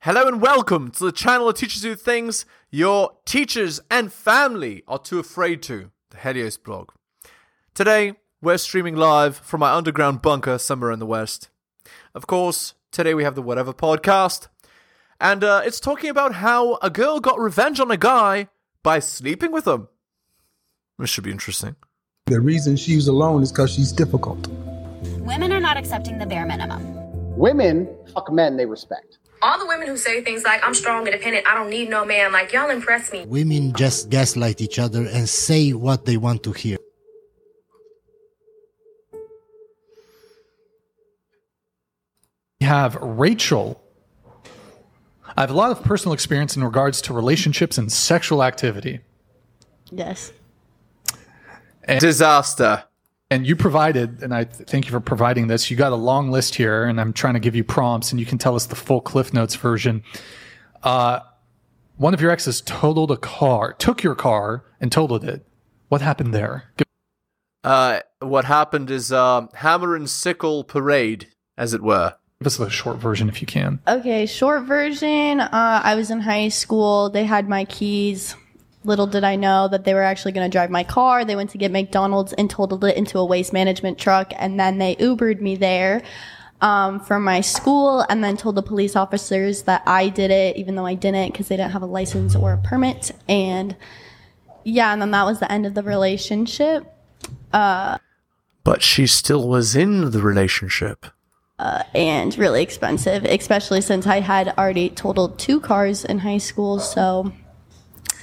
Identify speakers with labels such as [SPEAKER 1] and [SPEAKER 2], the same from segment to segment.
[SPEAKER 1] Hello and welcome to the channel that teaches you things your teachers and family are too afraid to, the Helios blog. Today, we're streaming live from my underground bunker somewhere in the West. Of course, today we have the Whatever podcast, and uh, it's talking about how a girl got revenge on a guy by sleeping with him. This should be interesting.
[SPEAKER 2] The reason she's alone is because she's difficult.
[SPEAKER 3] Women are not accepting the bare minimum.
[SPEAKER 4] women fuck men they respect.
[SPEAKER 5] All the women who say things like, I'm strong, independent, I don't need no man, like, y'all impress me.
[SPEAKER 6] Women just gaslight each other and say what they want to hear.
[SPEAKER 7] We have Rachel. I have a lot of personal experience in regards to relationships and sexual activity,
[SPEAKER 8] Yes.
[SPEAKER 1] Disaster.
[SPEAKER 7] and you provided, and I th- thank you for providing this. You got a long list here, and I'm trying to give you prompts, and you can tell us the full Cliff Notes version. Uh, one of your exes totaled a car, took your car, and totaled it. What happened there? Give-
[SPEAKER 1] Uh, what happened is um, hammer and sickle parade, as it were.
[SPEAKER 7] Give us the short version if you can.
[SPEAKER 8] Okay, short version. Uh, I was in high school. They had my keys. Little did I know that they were actually going to drive my car. They went to get McDonald's and totaled it into a waste management truck, and then they Ubered me there um, from my school, and then told the police officers that I did it, even though I didn't, because they didn't have a license or a permit. And yeah, and then that was the end of the relationship.
[SPEAKER 1] But she still was in the relationship.
[SPEAKER 8] and really expensive, especially since I had already totaled two cars in high school. So,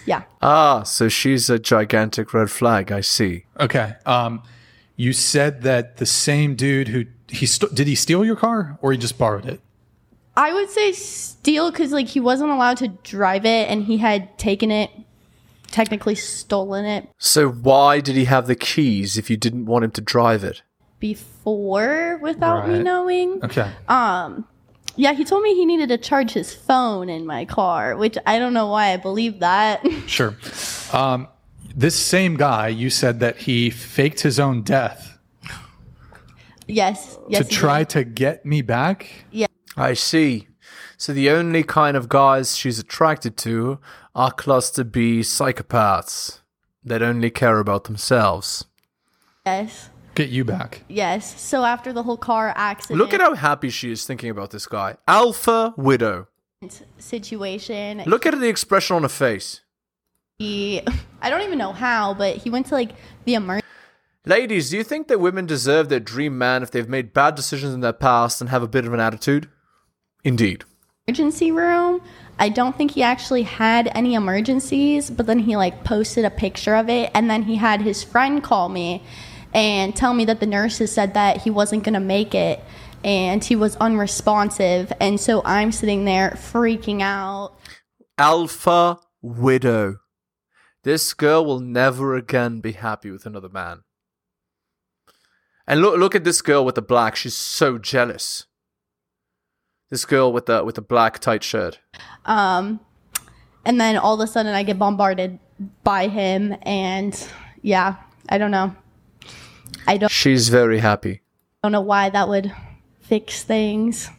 [SPEAKER 8] yeah.
[SPEAKER 1] Ah, so she's a gigantic red flag, I see.
[SPEAKER 7] Okay. Um, you said that the same dude who he st- did he steal your car or he just borrowed it?
[SPEAKER 8] I would say steal because, like, he wasn't allowed to drive it and he had taken it, technically stolen it
[SPEAKER 1] So why did he have the keys if you didn't want him to drive it?
[SPEAKER 8] before without me
[SPEAKER 7] Right.
[SPEAKER 8] knowing.
[SPEAKER 7] Okay.
[SPEAKER 8] Yeah, he told me he needed to charge his phone in my car, which I don't know why I believe that.
[SPEAKER 7] Sure. Um, this same guy, you said that he faked his own death
[SPEAKER 8] yes. Yes.
[SPEAKER 7] to
[SPEAKER 8] he
[SPEAKER 7] try
[SPEAKER 8] did.
[SPEAKER 7] to get me back.
[SPEAKER 1] I see. So the only kind of guys she's attracted to are cluster B psychopaths that only care about themselves.
[SPEAKER 8] Yes.
[SPEAKER 7] Get you back.
[SPEAKER 8] Yes. So after the whole car accident.
[SPEAKER 1] Look at how happy she is thinking about this guy. Alpha widow.
[SPEAKER 8] Situation.
[SPEAKER 1] Look at the expression on her face.
[SPEAKER 8] he I don't even know how, but he went to like the emergency
[SPEAKER 1] Ladies, do you think that women deserve their dream man if they've made bad decisions in their past and have a bit of an attitude? Indeed.
[SPEAKER 8] room. I don't think he actually had any emergencies, but then he like posted a picture of it and then he had his friend call me and tell me that the nurses said that he wasn't going to make it and he was unresponsive and so I'm sitting there freaking out.
[SPEAKER 1] Alpha widow. This girl will never again be happy with another man. And look look at this girl with the black. She's so jealous. This girl with the with the black tight shirt.
[SPEAKER 8] Um and then all of a sudden I get bombarded by him and yeah, I don't know. I don't
[SPEAKER 1] She's very happy.
[SPEAKER 8] don't know why that would fix things.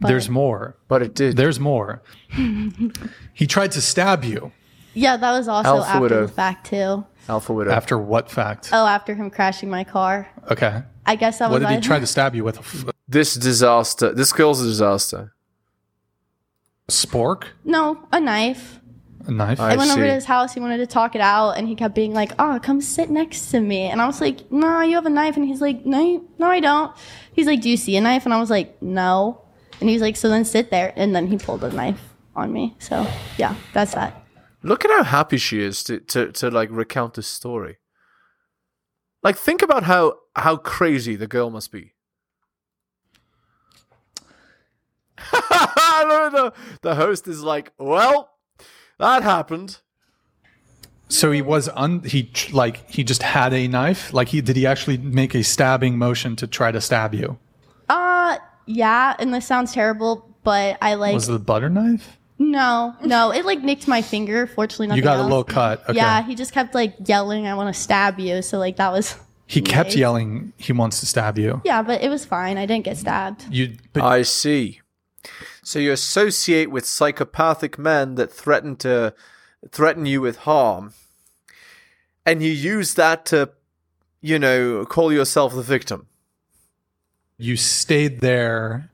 [SPEAKER 8] But-
[SPEAKER 7] There's more.
[SPEAKER 1] But it did.
[SPEAKER 7] There's more. he tried to stab you.
[SPEAKER 8] Yeah, that was also
[SPEAKER 1] Alpha
[SPEAKER 8] after
[SPEAKER 1] Widow.
[SPEAKER 8] the fact too.
[SPEAKER 1] Alpha widow.
[SPEAKER 7] After what fact?
[SPEAKER 8] Oh, after him crashing my car.
[SPEAKER 7] Okay.
[SPEAKER 8] I guess that
[SPEAKER 7] What
[SPEAKER 8] was.
[SPEAKER 7] did he
[SPEAKER 8] I-
[SPEAKER 7] try to stab you with? A f-
[SPEAKER 1] this disaster. This girl's a disaster.
[SPEAKER 7] spork?
[SPEAKER 8] No, a knife.
[SPEAKER 7] A knife?
[SPEAKER 8] I,
[SPEAKER 1] I
[SPEAKER 8] went over
[SPEAKER 1] see.
[SPEAKER 8] to his house. He wanted to talk it out, and he kept being like, "Oh, come sit next to me." And I was like, "No, you have a knife." And he's like, "No, you- no, I don't." He's like, "Do you see a knife?" And I was like, "No." And he's like, "So then sit there." And then he pulled a knife on me. So yeah, that's that.
[SPEAKER 1] Look at how happy she is to, to, to like recount this story. Like think about how how crazy the girl must be. No, no, the host is like, well, that happened.
[SPEAKER 7] So he was un. He tr- like he just had a knife. Like he did he actually make a stabbing motion to try to stab you?
[SPEAKER 8] Uh, yeah. And this sounds terrible, but I like.
[SPEAKER 7] Was it a butter knife?
[SPEAKER 8] No, no, it like nicked my finger. Fortunately, nothing
[SPEAKER 7] You got a
[SPEAKER 8] else.
[SPEAKER 7] little cut. Okay.
[SPEAKER 8] Yeah, he just kept like yelling, "I want to stab you." So like that was
[SPEAKER 7] He kept yelling, "He wants to stab you."
[SPEAKER 1] Uh,
[SPEAKER 8] yeah, but it was fine. I didn't get stabbed.
[SPEAKER 7] You, but
[SPEAKER 1] I see. So you associate with psychopathic men that threaten to threaten you with harm, and you use that to, you know, call yourself the victim.
[SPEAKER 7] You stayed there.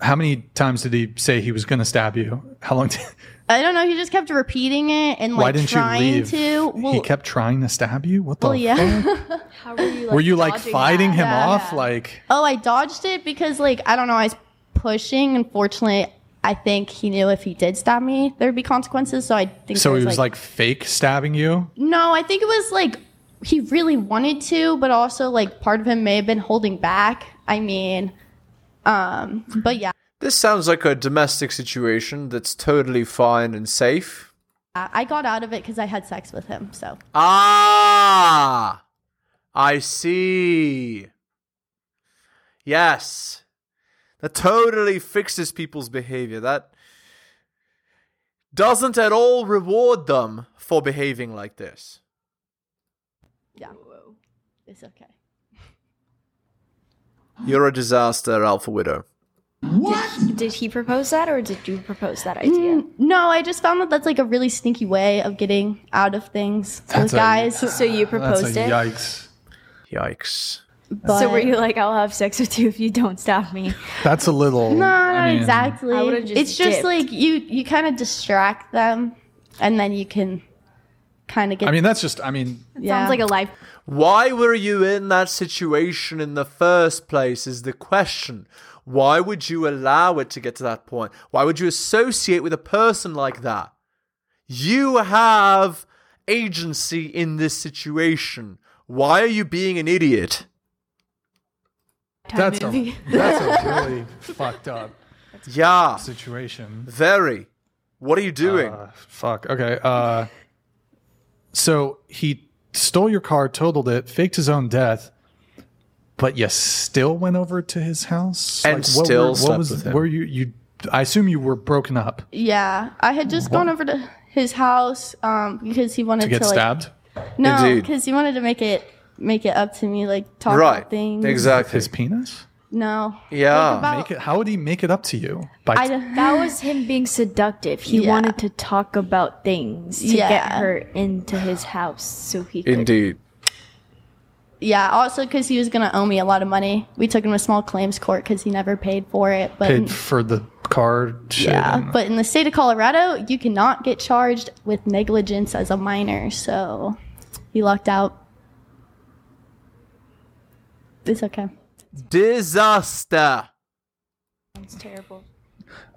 [SPEAKER 7] How many times did he say he was going to stab you? How long? Did,
[SPEAKER 8] I don't know. He just kept repeating it and like
[SPEAKER 7] why didn't you
[SPEAKER 8] trying
[SPEAKER 7] leave?
[SPEAKER 8] to. Well,
[SPEAKER 7] he kept trying to stab you. What the?
[SPEAKER 8] well, yeah.
[SPEAKER 7] fuck?
[SPEAKER 9] How were you? Like,
[SPEAKER 7] Were you like
[SPEAKER 9] dodging
[SPEAKER 7] fighting
[SPEAKER 9] that?
[SPEAKER 7] him
[SPEAKER 8] Yeah.
[SPEAKER 7] off? Like
[SPEAKER 8] Oh, I dodged it because, like, I don't know, I was pushing. Unfortunately, I think he knew if he did stab me, there'd be consequences. So I think
[SPEAKER 7] so
[SPEAKER 8] it
[SPEAKER 7] he was like fake stabbing you.
[SPEAKER 8] no, I think it was like he really wanted to, but also like part of him may have been holding back. I mean, um, but yeah,
[SPEAKER 1] This sounds like a domestic situation that's totally fine and safe.
[SPEAKER 8] I I got out of it because I had sex with him. So
[SPEAKER 1] Ah, I see. Yes, that totally fixes people's behavior. That doesn't at all reward them for behaving like this.
[SPEAKER 8] yeah, it's okay.
[SPEAKER 1] You're a disaster, Alpha Widow.
[SPEAKER 9] Did he propose that, or did you propose that idea?
[SPEAKER 8] Mm, No, I just found that that's like a really sneaky way of getting out of things
[SPEAKER 7] That's
[SPEAKER 8] with
[SPEAKER 7] a-
[SPEAKER 8] guys.
[SPEAKER 9] So you
[SPEAKER 7] That's
[SPEAKER 9] proposed
[SPEAKER 7] a
[SPEAKER 9] it.
[SPEAKER 7] yikes.
[SPEAKER 1] Yikes.
[SPEAKER 8] But
[SPEAKER 9] So were you like, I'll have sex with you if you don't stab me?
[SPEAKER 7] That's a little.
[SPEAKER 8] No,
[SPEAKER 7] I
[SPEAKER 8] not
[SPEAKER 7] mean,
[SPEAKER 8] exactly.
[SPEAKER 9] I would've just
[SPEAKER 8] it's just
[SPEAKER 9] dipped.
[SPEAKER 8] like you you kind of distract them, and then you can kind of get.
[SPEAKER 7] I mean, that's just. I mean,
[SPEAKER 8] yeah.
[SPEAKER 9] Sounds like a life.
[SPEAKER 1] Why were you in that situation in the first place? Is the question. Why would you allow it to get to that point? Why would you associate with a person like that? You have agency in this situation. Why are you being an idiot?
[SPEAKER 7] that's a, that's a really fucked up
[SPEAKER 1] Yeah,
[SPEAKER 7] situation.
[SPEAKER 1] very. What are you doing?
[SPEAKER 7] Uh, fuck. Okay. Uh, so he stole your car, totaled it, faked his own death, but you still went over to his house
[SPEAKER 1] And
[SPEAKER 7] what
[SPEAKER 1] still
[SPEAKER 7] were,
[SPEAKER 1] slept
[SPEAKER 7] what was
[SPEAKER 1] with him.
[SPEAKER 7] were you you? I assume you were broken up
[SPEAKER 8] yeah, I had just gone over to his house um, because he wanted
[SPEAKER 7] to
[SPEAKER 8] to,
[SPEAKER 7] get
[SPEAKER 8] like
[SPEAKER 7] stabbed.
[SPEAKER 8] no,
[SPEAKER 1] Indeed.
[SPEAKER 8] because he wanted to make it make it up to me, like talk
[SPEAKER 1] right.
[SPEAKER 8] about things.
[SPEAKER 1] Exactly.
[SPEAKER 7] His penis.
[SPEAKER 8] No,
[SPEAKER 1] Yeah.
[SPEAKER 8] about-
[SPEAKER 7] Make it, how would he make it up to you? By
[SPEAKER 8] I
[SPEAKER 7] t-
[SPEAKER 8] don't-
[SPEAKER 9] That was him being seductive. He
[SPEAKER 8] Yeah.
[SPEAKER 9] wanted to talk about things to get
[SPEAKER 8] Yeah.
[SPEAKER 9] her into his house so he could.
[SPEAKER 1] Indeed.
[SPEAKER 8] yeah. Also, because he was gonna owe me a lot of money, we took him to small claims court because he never paid for it. But
[SPEAKER 7] paid for the car. Shit.
[SPEAKER 8] yeah,
[SPEAKER 7] and-
[SPEAKER 8] but in the state of Colorado, you cannot get charged with negligence as a minor, so he lucked out. It's okay.
[SPEAKER 1] Disaster.
[SPEAKER 9] It's terrible.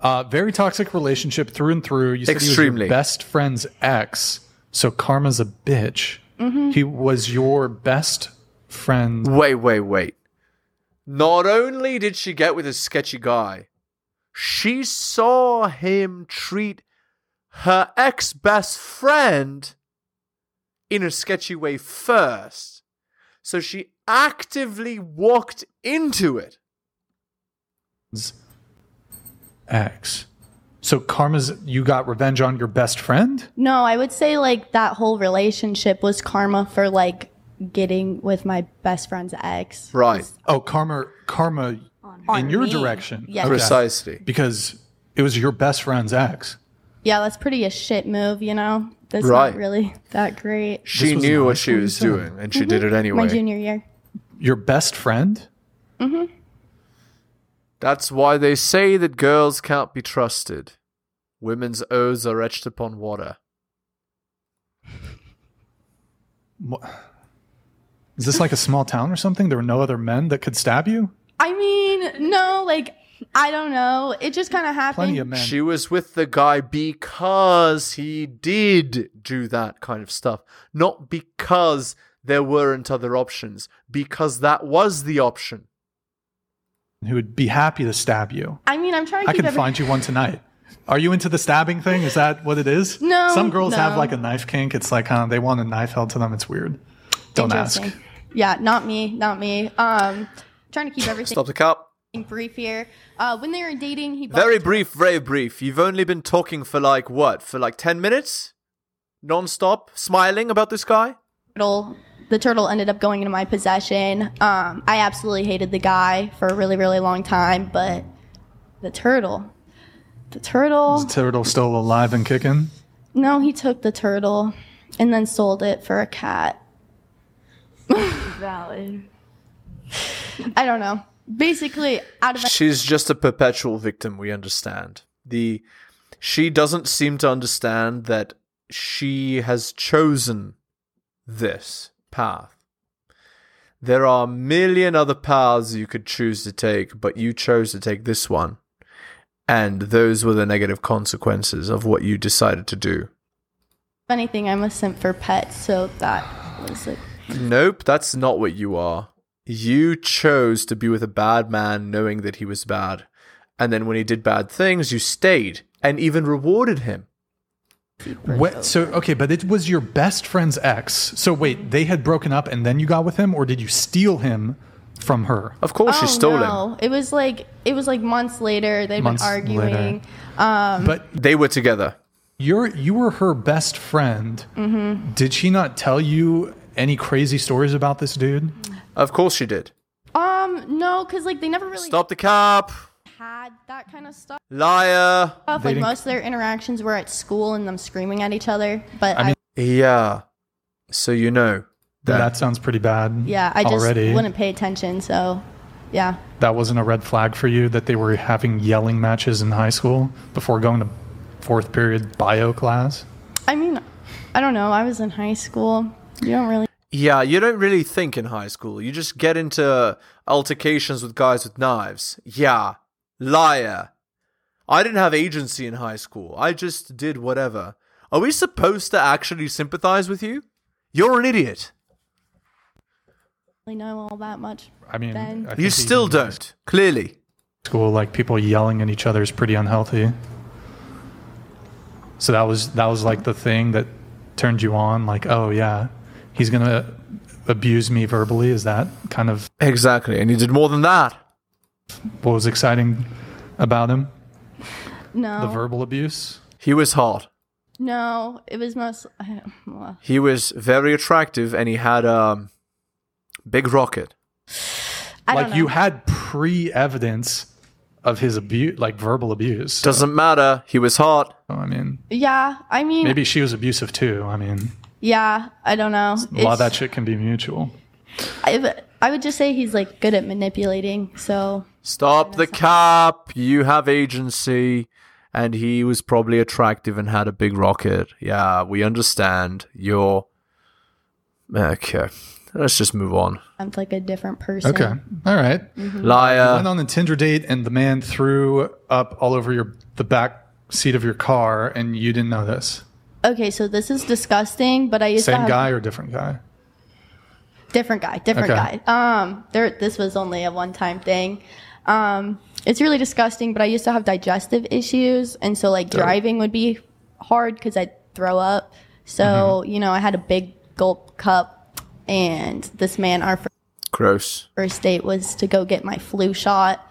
[SPEAKER 7] Uh, very toxic relationship through and through. You said he was
[SPEAKER 1] Extremely.
[SPEAKER 7] your best friend's ex, so karma's a bitch.
[SPEAKER 8] Mm-hmm.
[SPEAKER 7] He was your best friend.
[SPEAKER 1] Wait, wait, wait. Not only did she get with a sketchy guy, she saw him treat her ex best friend in a sketchy way first. So she actively walked into it.
[SPEAKER 7] ex. So karma's you got revenge on your best friend?
[SPEAKER 8] No, I would say like that whole relationship was karma for like getting with my best friend's ex.
[SPEAKER 1] Right.
[SPEAKER 7] Oh, karma karma in your direction.
[SPEAKER 8] Yeah.
[SPEAKER 1] Precisely.
[SPEAKER 7] Because it was your best friend's ex.
[SPEAKER 8] Yeah, that's pretty a shit move, you know? That's
[SPEAKER 1] Right.
[SPEAKER 8] not really that great.
[SPEAKER 1] She
[SPEAKER 7] This was
[SPEAKER 1] knew
[SPEAKER 7] in high
[SPEAKER 1] what she
[SPEAKER 7] school, you
[SPEAKER 1] was
[SPEAKER 7] said?
[SPEAKER 1] doing and she did it
[SPEAKER 8] Mm-hmm. My
[SPEAKER 1] anyway.
[SPEAKER 8] junior year.
[SPEAKER 7] Your best friend?
[SPEAKER 1] That's why they say that girls can't be trusted. Women's oaths are etched upon water.
[SPEAKER 7] Wha- Is this like a small town or something? There were no other men that could stab you?
[SPEAKER 8] I mean, no, like I don't know. It just kind of happened.
[SPEAKER 7] Plenty of men.
[SPEAKER 1] She was with the guy because he did do that kind of stuff, not because there weren't other options, because that was the option.
[SPEAKER 7] who would be happy to stab you.
[SPEAKER 8] I mean, I'm trying to
[SPEAKER 7] I
[SPEAKER 8] keep
[SPEAKER 7] can
[SPEAKER 8] every-
[SPEAKER 7] find you one tonight. Are you into the stabbing thing? Is that what it is?
[SPEAKER 8] No,
[SPEAKER 7] Some girls have
[SPEAKER 8] no.
[SPEAKER 7] like a knife kink. It's like, huh, they want a knife held to them. It's weird. Don't ask.
[SPEAKER 8] Interesting. Yeah, not me, not me. Um, trying to keep everything
[SPEAKER 1] Stop the cap.
[SPEAKER 8] brief here. Uh, when they were dating, he bought
[SPEAKER 1] Very brief, very brief. You've only been talking for like what? For like 10 minutes? Non stop? Smiling about this guy?
[SPEAKER 8] the turtle. The turtle ended up going into my possession. Um, I absolutely hated the guy for a really, really long time, but The turtle. The turtle.
[SPEAKER 7] Is Turtle still alive and kicking?
[SPEAKER 8] No, he took the turtle and then sold it for a cat.
[SPEAKER 9] Valid.
[SPEAKER 8] I don't know. Basically, out of
[SPEAKER 1] She's just a perpetual victim, we understand. The she doesn't seem to understand that she has chosen this path. There are a million other paths you could choose to take, but you chose to take this one. And those were the negative consequences of what you decided to do.
[SPEAKER 8] anything, I'm a simp for pets, so that was like
[SPEAKER 1] Nope, that's not what you are. You chose to be with a bad man knowing that he was bad. And then when he did bad things, you stayed and even rewarded him.
[SPEAKER 7] Wait, so okay, but it was your best friend's ex. So wait, they had broken up, and then you got with him, or did you steal him from her?
[SPEAKER 1] Of course, she stole him.
[SPEAKER 8] oh, no. It was like it was like months later. They've
[SPEAKER 7] Months
[SPEAKER 8] been arguing.
[SPEAKER 7] later.
[SPEAKER 8] Um.
[SPEAKER 7] but
[SPEAKER 1] They were together.
[SPEAKER 7] you're you were her best friend.
[SPEAKER 8] Mm-hmm.
[SPEAKER 7] Did she not tell you any crazy stories about this dude?
[SPEAKER 1] Of course, she did.
[SPEAKER 8] Um, no, because like they never really
[SPEAKER 1] Stop the cap.
[SPEAKER 8] had that kind of stuff.
[SPEAKER 1] Liar.
[SPEAKER 8] like most of their interactions were at school and them screaming at each other. But I
[SPEAKER 7] mean-
[SPEAKER 1] Yeah. So you know.
[SPEAKER 7] That, sounds pretty bad.
[SPEAKER 8] yeah, I just
[SPEAKER 7] already
[SPEAKER 8] wouldn't pay attention. So, yeah,
[SPEAKER 7] that wasn't a red flag for you that they were having yelling matches in high school before going to fourth period bio class.
[SPEAKER 8] I mean, I don't know. I was in high school. You don't really.
[SPEAKER 1] Yeah, you don't really think in high school. You just get into altercations with guys with knives. Yeah. Liar. I didn't have agency in high school. I just did whatever. Are we supposed to actually sympathize with you? You're an idiot.
[SPEAKER 8] really know all that much.
[SPEAKER 7] I mean,
[SPEAKER 8] Then-
[SPEAKER 7] I think
[SPEAKER 1] You
[SPEAKER 7] even
[SPEAKER 1] still
[SPEAKER 7] in
[SPEAKER 1] don't. Clearly.
[SPEAKER 7] School, like people yelling at each other is pretty unhealthy. So that was that was like the thing that turned you on. Like, oh yeah, he's gonna abuse me verbally. Is that kind of
[SPEAKER 1] Exactly. And you did more than that.
[SPEAKER 7] what was exciting about him?
[SPEAKER 8] No, Oh.
[SPEAKER 7] The verbal abuse.
[SPEAKER 1] He was hot.
[SPEAKER 8] no, it was most. I, well,
[SPEAKER 1] He was very attractive and he had a um, big rocket.
[SPEAKER 8] I don't
[SPEAKER 7] like
[SPEAKER 8] know.
[SPEAKER 7] you had pre-evidence of his abuse, like verbal abuse. So,
[SPEAKER 1] Doesn't matter. He was hot.
[SPEAKER 7] I mean,
[SPEAKER 8] yeah, I mean,
[SPEAKER 7] maybe she was abusive too. I mean,
[SPEAKER 8] yeah, I don't know.
[SPEAKER 7] a lot of
[SPEAKER 8] It's-
[SPEAKER 7] that shit can be mutual.
[SPEAKER 8] I, would- I would just say he's like good at manipulating. So
[SPEAKER 1] Stop the cap. You have agency. And he was probably attractive and had a big rocket. Yeah, we understand. You're. Okay. Let's just move on.
[SPEAKER 8] I'm like a different person.
[SPEAKER 7] Okay, all right. went
[SPEAKER 1] Liar.
[SPEAKER 7] on a Tinder date and the man threw up all over your the back seat of your car and you didn't know this.
[SPEAKER 8] Okay, so this is disgusting, but I used to
[SPEAKER 7] Same
[SPEAKER 8] have
[SPEAKER 7] guy or different guy?
[SPEAKER 8] different guy, different
[SPEAKER 7] Okay.
[SPEAKER 8] guy. Um, there, this was only a one-time thing. Um, it's really disgusting, but I used to have digestive issues, and so like driving would be hard because I'd throw up. So you know, I had a big gulp cup, and this man, our
[SPEAKER 1] Gross.
[SPEAKER 8] first date was to go get my flu shot.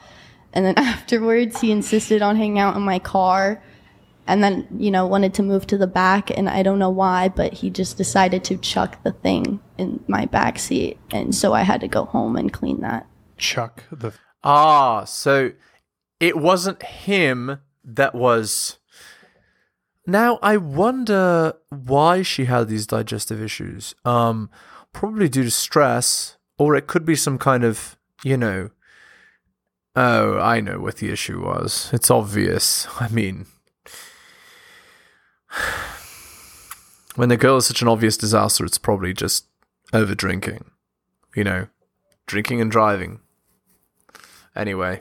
[SPEAKER 8] And then afterwards, he insisted on hanging out in my car. And then, you know, wanted to move to the back. And I don't know why, but he just decided to chuck the thing in my back seat. And so I had to go home and clean that.
[SPEAKER 7] Chuck the
[SPEAKER 1] Ah, so it wasn't him that was. Now I wonder why she had these digestive issues. Um, probably due to stress, or it could be some kind of, you know. Oh, I know what the issue was. It's obvious. I mean, when the girl is such an obvious disaster, it's probably just over drinking, you know, drinking and driving. Anyway,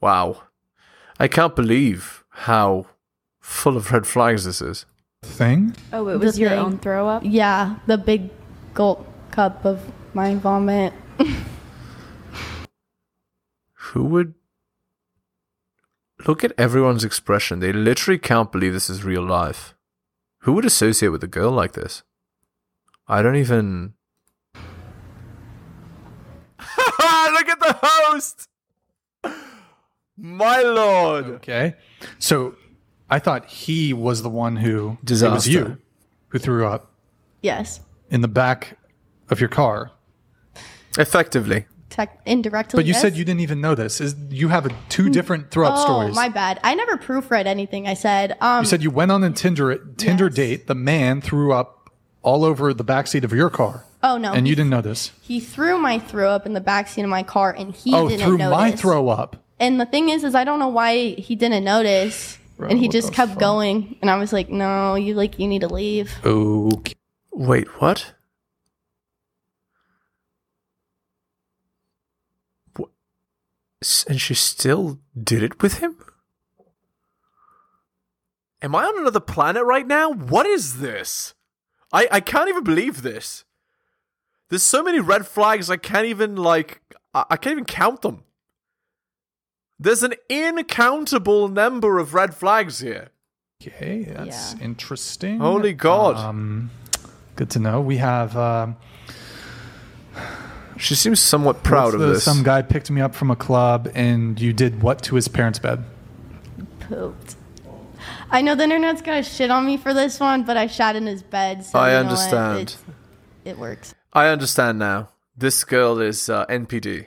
[SPEAKER 1] wow. I can't believe how full of red flags this is.
[SPEAKER 7] thing.
[SPEAKER 9] Oh, it was your
[SPEAKER 8] thing.
[SPEAKER 9] own throw up?
[SPEAKER 8] Yeah, the big gulp cup of my vomit.
[SPEAKER 1] Who would. Look at everyone's expression. They literally can't believe this is real life. Who would associate with a girl like this? I don't even. Look at the host! My lord!
[SPEAKER 7] Okay. So I thought he was the one who it was
[SPEAKER 1] Disaster.
[SPEAKER 7] you who threw up
[SPEAKER 8] Yes.
[SPEAKER 7] in the back of your car.
[SPEAKER 1] Effectively.
[SPEAKER 8] tech indirectly.
[SPEAKER 7] But you said
[SPEAKER 8] yes?
[SPEAKER 7] you didn't even know this. Is you have a, two different throw up
[SPEAKER 8] Oh,
[SPEAKER 7] stories?
[SPEAKER 8] my bad. I never proofread anything I said. Um,
[SPEAKER 7] You said you went on a Tinder Tinder
[SPEAKER 8] Yes.
[SPEAKER 7] date. The man threw up all over the backseat of your car.
[SPEAKER 8] Oh, no.
[SPEAKER 7] And you didn't know this.
[SPEAKER 8] he threw my throw up in the backseat of my car, and he
[SPEAKER 7] oh,
[SPEAKER 8] didn't
[SPEAKER 7] through
[SPEAKER 8] notice.
[SPEAKER 7] my throw up.
[SPEAKER 8] And the thing is, is I don't know why he didn't notice, and he
[SPEAKER 7] what
[SPEAKER 8] just
[SPEAKER 7] the
[SPEAKER 8] kept
[SPEAKER 7] fuck?
[SPEAKER 8] going. And I was like, "No, you like you need to leave."
[SPEAKER 7] Okay.
[SPEAKER 1] Wait, what? Wha- S- And she still did it with him? Am I on another planet right now? What is this? I, I can't even believe this. There's so many red flags I can't even like I, I can't even count them. There's an incountable number of red flags here.
[SPEAKER 7] Okay, that's
[SPEAKER 8] Yeah.
[SPEAKER 7] interesting.
[SPEAKER 1] Holy God.
[SPEAKER 7] Um, good to know. We have um,
[SPEAKER 1] She seems somewhat proud
[SPEAKER 7] what's
[SPEAKER 1] of
[SPEAKER 7] the-
[SPEAKER 1] this.
[SPEAKER 7] Some guy picked me up from a club, and you did what to his parents' bed?
[SPEAKER 8] Pooped. I know the internet's gonna shit on me for this one, but I shat in his bed. So
[SPEAKER 1] I
[SPEAKER 8] you know what?
[SPEAKER 1] understand.
[SPEAKER 8] It's- It works.
[SPEAKER 1] I understand now. This girl is uh, NPD.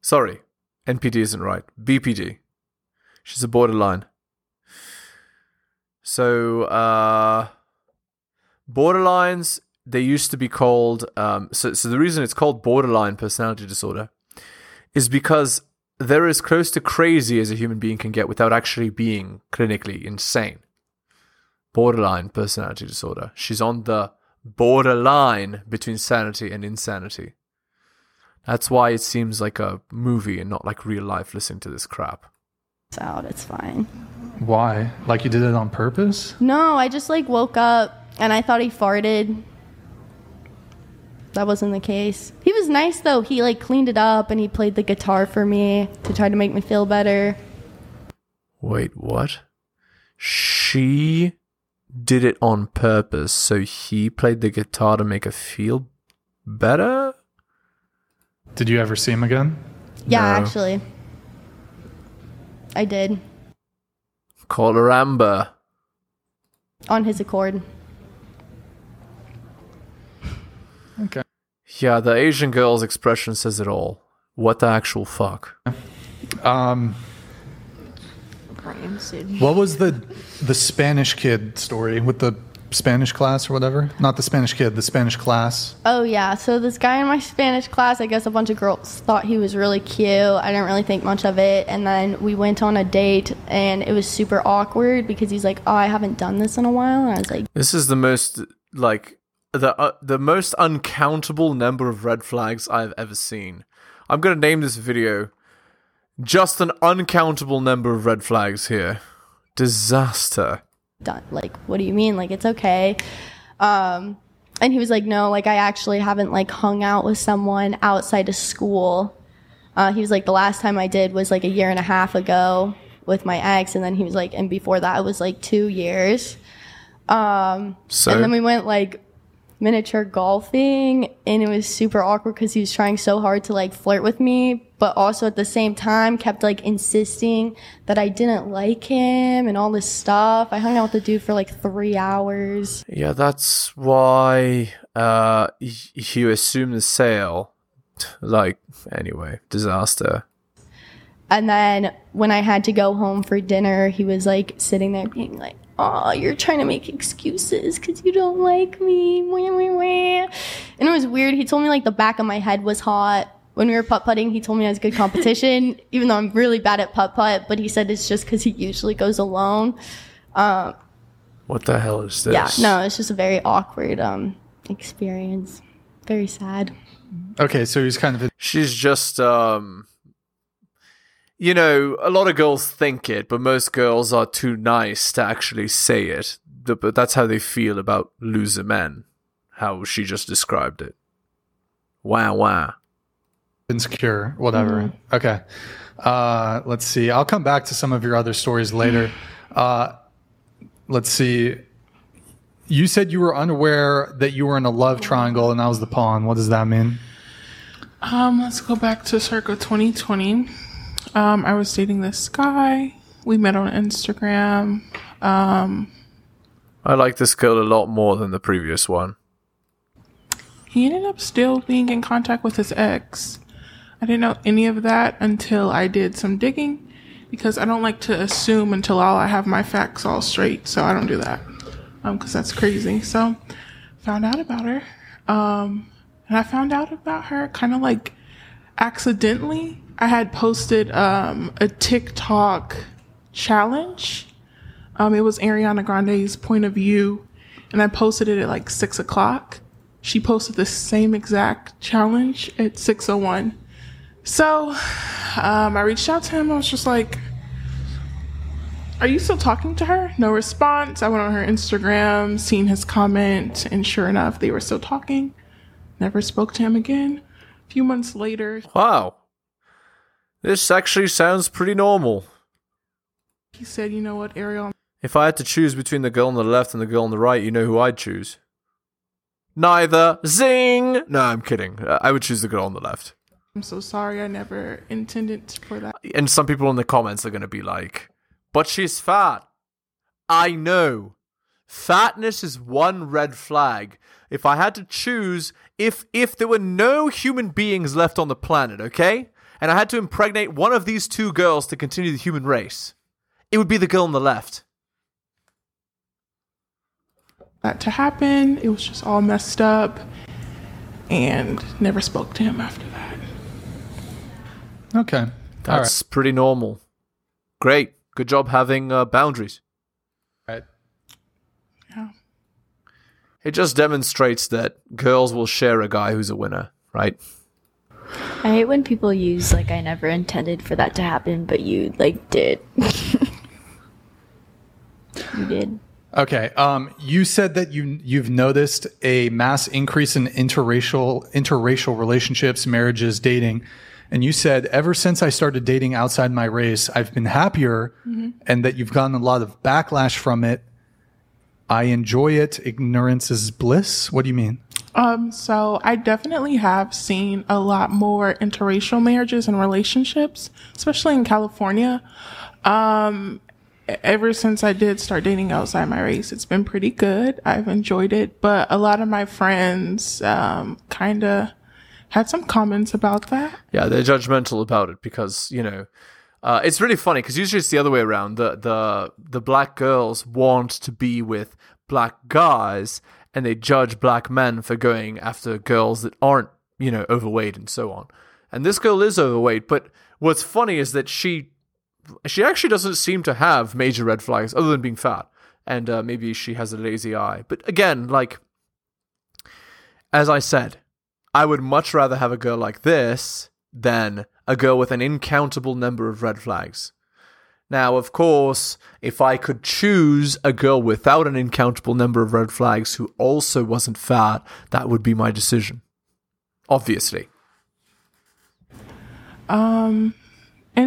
[SPEAKER 1] Sorry, NPD isn't right. BPD. She's a borderline. So, uh, borderlines, they used to be called. Um, so, so, the reason it's called borderline personality disorder is because they're as close to crazy as a human being can get without actually being clinically insane borderline personality disorder. She's on the borderline between sanity and insanity. That's why it seems like a movie and not like real life listening to this crap.
[SPEAKER 8] It's out. It's fine.
[SPEAKER 7] Why? Like you did it on purpose?
[SPEAKER 8] No, I just like woke up and I thought he farted. That wasn't the case. He was nice though. He like cleaned it up and he played the guitar for me to try to make me feel better.
[SPEAKER 1] Wait, what? She did it on purpose, so he played the guitar to make her feel better?
[SPEAKER 7] Did you ever see him again?
[SPEAKER 8] Yeah,
[SPEAKER 1] No.
[SPEAKER 8] actually. I did
[SPEAKER 1] Call her Amber.
[SPEAKER 8] on his accord.
[SPEAKER 7] Okay.
[SPEAKER 1] Yeah, the Asian girl's expression says it all. What the actual fuck?
[SPEAKER 7] Um, what was the the Spanish kid story with the Spanish class or whatever? Not the Spanish kid, the Spanish class.
[SPEAKER 8] Oh yeah, so this guy in my Spanish class, I guess a bunch of girls thought he was really cute. I didn't really think much of it, and then we went on a date, and it was super awkward because he's like, "Oh, I haven't done this in a while," and I was like,
[SPEAKER 1] This is the most like the uh, the most uncountable number of red flags I've ever seen. I'm gonna name this video just an uncountable number of red flags here. Disaster.
[SPEAKER 8] done like what do you mean like it's okay um and he was like no like i actually haven't like hung out with someone outside of school uh, he was like the last time i did was like a year and a half ago with my ex and then he was like and before that it was like two years um
[SPEAKER 1] So
[SPEAKER 8] and then we went like miniature golfing and it was super awkward because he was trying so hard to like flirt with me but also at the same time kept like insisting that i didn't like him and all this stuff i hung out with the dude for like three hours
[SPEAKER 1] yeah, that's why uh y- you assume the sale. Like anyway, disaster.
[SPEAKER 8] and then when i had to go home for dinner he was like sitting there being like oh you're trying to make excuses because you don't like me Wah, wah, wah." and it was weird he told me like the back of my head was hot when we were putt putting, he told me I was good competition, even though I'm really bad at putt putt. But he said it's just because he usually goes alone.
[SPEAKER 1] What the hell is this?
[SPEAKER 8] Yeah, no, it's just a very awkward um, experience. Very sad.
[SPEAKER 7] Okay, so he's kind of a
[SPEAKER 1] She's just, um, you know, a lot of girls think it, but most girls are too nice to actually say it. The- But that's how they feel about loser men, how she just described it. Wow, wow.
[SPEAKER 7] insecure, whatever. Okay. Uh, let's see. I'll come back to some of your other stories later. Uh, let's see. You said you were unaware that you were in a love triangle and I was the pawn. What does that mean?
[SPEAKER 10] Um, let's go back to circa 2020. Um, I was dating this guy. We met on Instagram. Um,
[SPEAKER 1] I like this girl a lot more than the previous one.
[SPEAKER 10] He ended up still being in contact with his ex. I didn't know any of that until I did some digging because I don't like to assume until all I have my facts all straight, so I don't do that because that's crazy. So, found out about her. Um, and I found out about her kind of like accidentally. I had posted um, a TikTok challenge. Um, it was Ariana Grande's point of view, and I posted it at like six o'clock. She posted the same exact challenge at six o one. So um, I reached out to him. I was just like, "Are you still talking to her?" No response. I went on her Instagram, seen his comment, and sure enough, they were still talking. Never spoke to him again. A few months later,
[SPEAKER 1] Wow. This actually sounds pretty normal.
[SPEAKER 10] he said, "You know what, Ariel?
[SPEAKER 1] If I had to choose between the girl on the left and the girl on the right, you know who I'd choose. Neither. Zing! No, I'm kidding. Uh, I would choose the girl on the left.
[SPEAKER 10] I'm so sorry. I never intended for that."
[SPEAKER 1] And some people in the comments are going to be like, but she's fat. I know. Fatness is one red flag. If I had to choose, if if there were no human beings left on the planet, okay? And I had to impregnate one of these two girls to continue the human race, it would be the girl on the left.
[SPEAKER 10] that to happen. It was just all messed up and never spoke to him after that.
[SPEAKER 7] Okay. All right.
[SPEAKER 1] That's pretty normal. Great. Good job having uh, boundaries.
[SPEAKER 7] All right.
[SPEAKER 10] Yeah.
[SPEAKER 1] It just demonstrates that girls will share a guy who's a winner, right?
[SPEAKER 9] I hate when people use like I never intended for that to happen, but you like did. you did.
[SPEAKER 7] Okay. Um, you said that you you've noticed a mass increase in interracial interracial relationships, marriages, dating, and you said ever since I started dating outside my race, I've been happier, and that you've gotten a lot of backlash from it. I enjoy it. Ignorance is bliss. What do you mean?
[SPEAKER 10] Um, so I definitely have seen a lot more interracial marriages and relationships, especially in California. Um, e- ever since I did start dating outside my race, it's been pretty good. I've enjoyed it, but a lot of my friends, um, kind of had some comments about that.
[SPEAKER 1] Yeah, they're judgmental about it because you know, uh, it's really funny because usually it's the other way around. The the the black girls want to be with black guys, and they judge black men for going after girls that aren't you know overweight and so on. And this girl is overweight, but what's funny is that she she actually doesn't seem to have major red flags other than being fat, and uh, maybe she has a lazy eye. But again, like as I said, I would much rather have a girl like this than a girl with an incountable number of red flags. Now, of course, if I could choose a girl without an incountable number of red flags who also wasn't fat, that would be my decision. Obviously.
[SPEAKER 10] And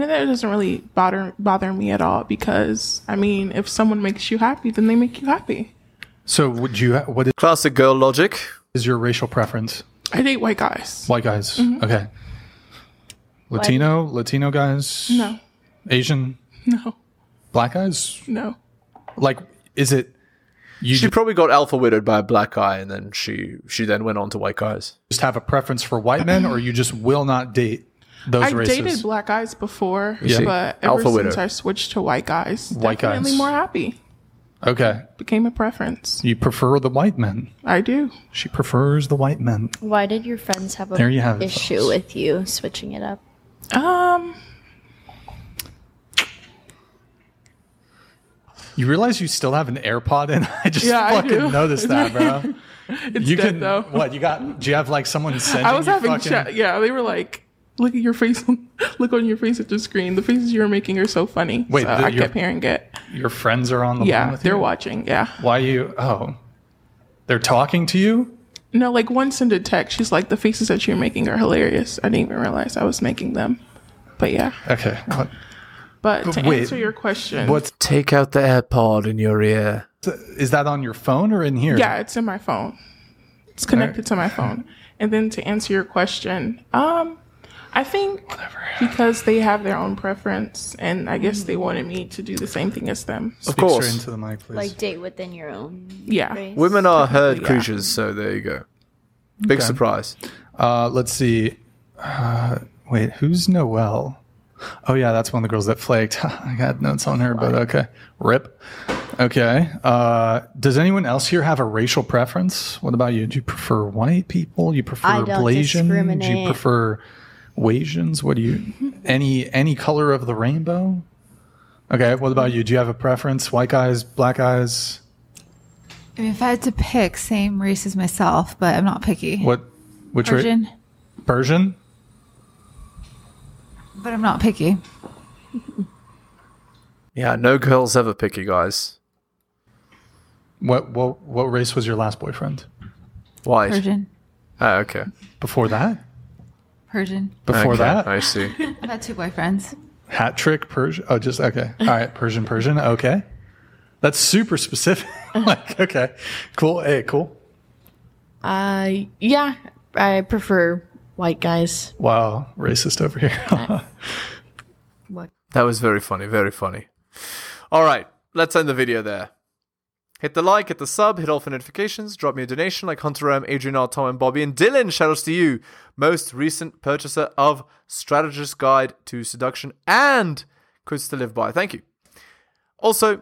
[SPEAKER 10] that doesn't really bother bother me at all because I mean, if someone makes you happy, then they make you happy.
[SPEAKER 7] So, would you? What
[SPEAKER 1] Classic girl logic.
[SPEAKER 7] is your racial preference?
[SPEAKER 10] I date white guys.
[SPEAKER 7] White guys.
[SPEAKER 10] Mm-hmm.
[SPEAKER 7] Okay. Latino, Latino guys.
[SPEAKER 10] No,
[SPEAKER 7] Asian,
[SPEAKER 10] no,
[SPEAKER 7] black guys.
[SPEAKER 10] no.
[SPEAKER 7] Like, is it? You
[SPEAKER 1] She probably got alpha widowed by a black guy and then she she then went on to white guys.
[SPEAKER 7] just have a preference for white men, or you just will not date those
[SPEAKER 10] I
[SPEAKER 7] races?
[SPEAKER 10] dated black guys before,
[SPEAKER 1] see?
[SPEAKER 10] but ever
[SPEAKER 1] Alpha
[SPEAKER 10] since
[SPEAKER 1] widow.
[SPEAKER 10] I switched to white guys,
[SPEAKER 7] White
[SPEAKER 10] definitely
[SPEAKER 7] guys.
[SPEAKER 10] more happy.
[SPEAKER 7] okay,
[SPEAKER 10] Became a preference.
[SPEAKER 7] you prefer the white men.
[SPEAKER 10] I do.
[SPEAKER 7] She prefers the white men.
[SPEAKER 9] Why did your friends have a
[SPEAKER 7] There you have it,
[SPEAKER 9] issue
[SPEAKER 7] folks.
[SPEAKER 9] with you switching it up?
[SPEAKER 10] Um,
[SPEAKER 7] You realize you still have an AirPod in? I just
[SPEAKER 10] Yeah, I
[SPEAKER 7] fucking
[SPEAKER 10] do.
[SPEAKER 7] noticed that, bro.
[SPEAKER 10] it's
[SPEAKER 7] You
[SPEAKER 10] dead
[SPEAKER 7] can
[SPEAKER 10] though.
[SPEAKER 7] what? You got? Do you have like someone sending?
[SPEAKER 10] I was
[SPEAKER 7] you
[SPEAKER 10] having
[SPEAKER 7] fucking,
[SPEAKER 10] chat. Yeah, they were like, "Look at your face. Look on your face at the screen. The faces you were making are so funny."
[SPEAKER 7] Wait,
[SPEAKER 10] so
[SPEAKER 7] the-
[SPEAKER 10] I
[SPEAKER 7] your-
[SPEAKER 10] kept hearing it.
[SPEAKER 7] Your friends are on the line
[SPEAKER 10] Yeah,
[SPEAKER 7] with
[SPEAKER 10] they're
[SPEAKER 7] you?
[SPEAKER 10] watching. Yeah.
[SPEAKER 7] Why you? Oh, they're talking to you.
[SPEAKER 10] No, like once in the text, she's like, the faces that you're making are hilarious. I didn't even realize I was making them. But yeah.
[SPEAKER 7] Okay. What?
[SPEAKER 10] But to
[SPEAKER 7] Wait,
[SPEAKER 10] answer your question,
[SPEAKER 7] What's
[SPEAKER 1] Take out the AirPod in your ear.
[SPEAKER 7] is that on your phone or in here?
[SPEAKER 10] yeah, it's in my phone. It's connected to my phone. And then to answer your question, um, I think because they have their own preference, and I guess they wanted me to do the same thing as them.
[SPEAKER 7] Speak
[SPEAKER 1] course.
[SPEAKER 7] straight into the mic, please.
[SPEAKER 9] Like date within your own
[SPEAKER 10] Yeah.
[SPEAKER 9] race.
[SPEAKER 1] Women are herd
[SPEAKER 10] yeah.
[SPEAKER 1] creatures, so there you go. Big surprise.
[SPEAKER 7] Uh, let's see. Uh, wait, who's Noelle? Oh yeah, that's one of the girls that flaked. I got notes on her, but okay. Rip. Okay. Uh, does anyone else here have a racial preference? What about you? Do you prefer white people? You prefer
[SPEAKER 8] I don't
[SPEAKER 7] Blasian? Do you
[SPEAKER 8] discriminate.
[SPEAKER 7] prefer Wasians? What do you? any any color of the rainbow? Okay. What about you? Do you have a preference? White guys, black guys?
[SPEAKER 11] I mean, if I had to pick, same race as myself, but I'm not picky.
[SPEAKER 7] What? Which ra-
[SPEAKER 11] Persian,
[SPEAKER 7] Persian.
[SPEAKER 11] but I'm not picky.
[SPEAKER 1] Yeah, no girls ever picky, guys.
[SPEAKER 7] What what what race was your last boyfriend?
[SPEAKER 1] White.
[SPEAKER 11] Persian,
[SPEAKER 1] Oh, okay.
[SPEAKER 7] Before that?
[SPEAKER 11] Persian.
[SPEAKER 7] Before
[SPEAKER 1] Okay,
[SPEAKER 7] that?
[SPEAKER 1] I see.
[SPEAKER 11] I've had two boyfriends.
[SPEAKER 7] Hat trick Persian. Oh, just okay. All right, Persian Persian. Okay, that's super specific. like okay, cool. Hey, cool.
[SPEAKER 12] Uh, yeah, I prefer white guys.
[SPEAKER 7] Wow, racist over here.
[SPEAKER 1] That was very funny, very funny. All right, let's end the video there. Hit the like, hit the sub, hit all for notifications, drop me a donation like Hunter M, Adrian R, Tom, and Bobby, and Dylan. Shoutouts to you, most recent purchaser of Strategist's Guide to Seduction and Quotes to Live By. Thank you. Also,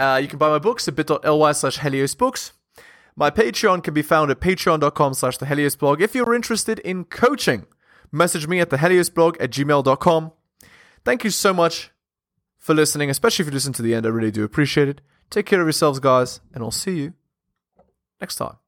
[SPEAKER 1] uh, you can buy my books at bit.ly slash heliosbooks. My Patreon can be found at patreon.com slash the Helios blog. If you're interested in coaching, message me at the heliosblog at gmail.com. Thank you so much for listening, especially if you listen to the end. I really do appreciate it. Take care of yourselves, guys, and I'll see you next time.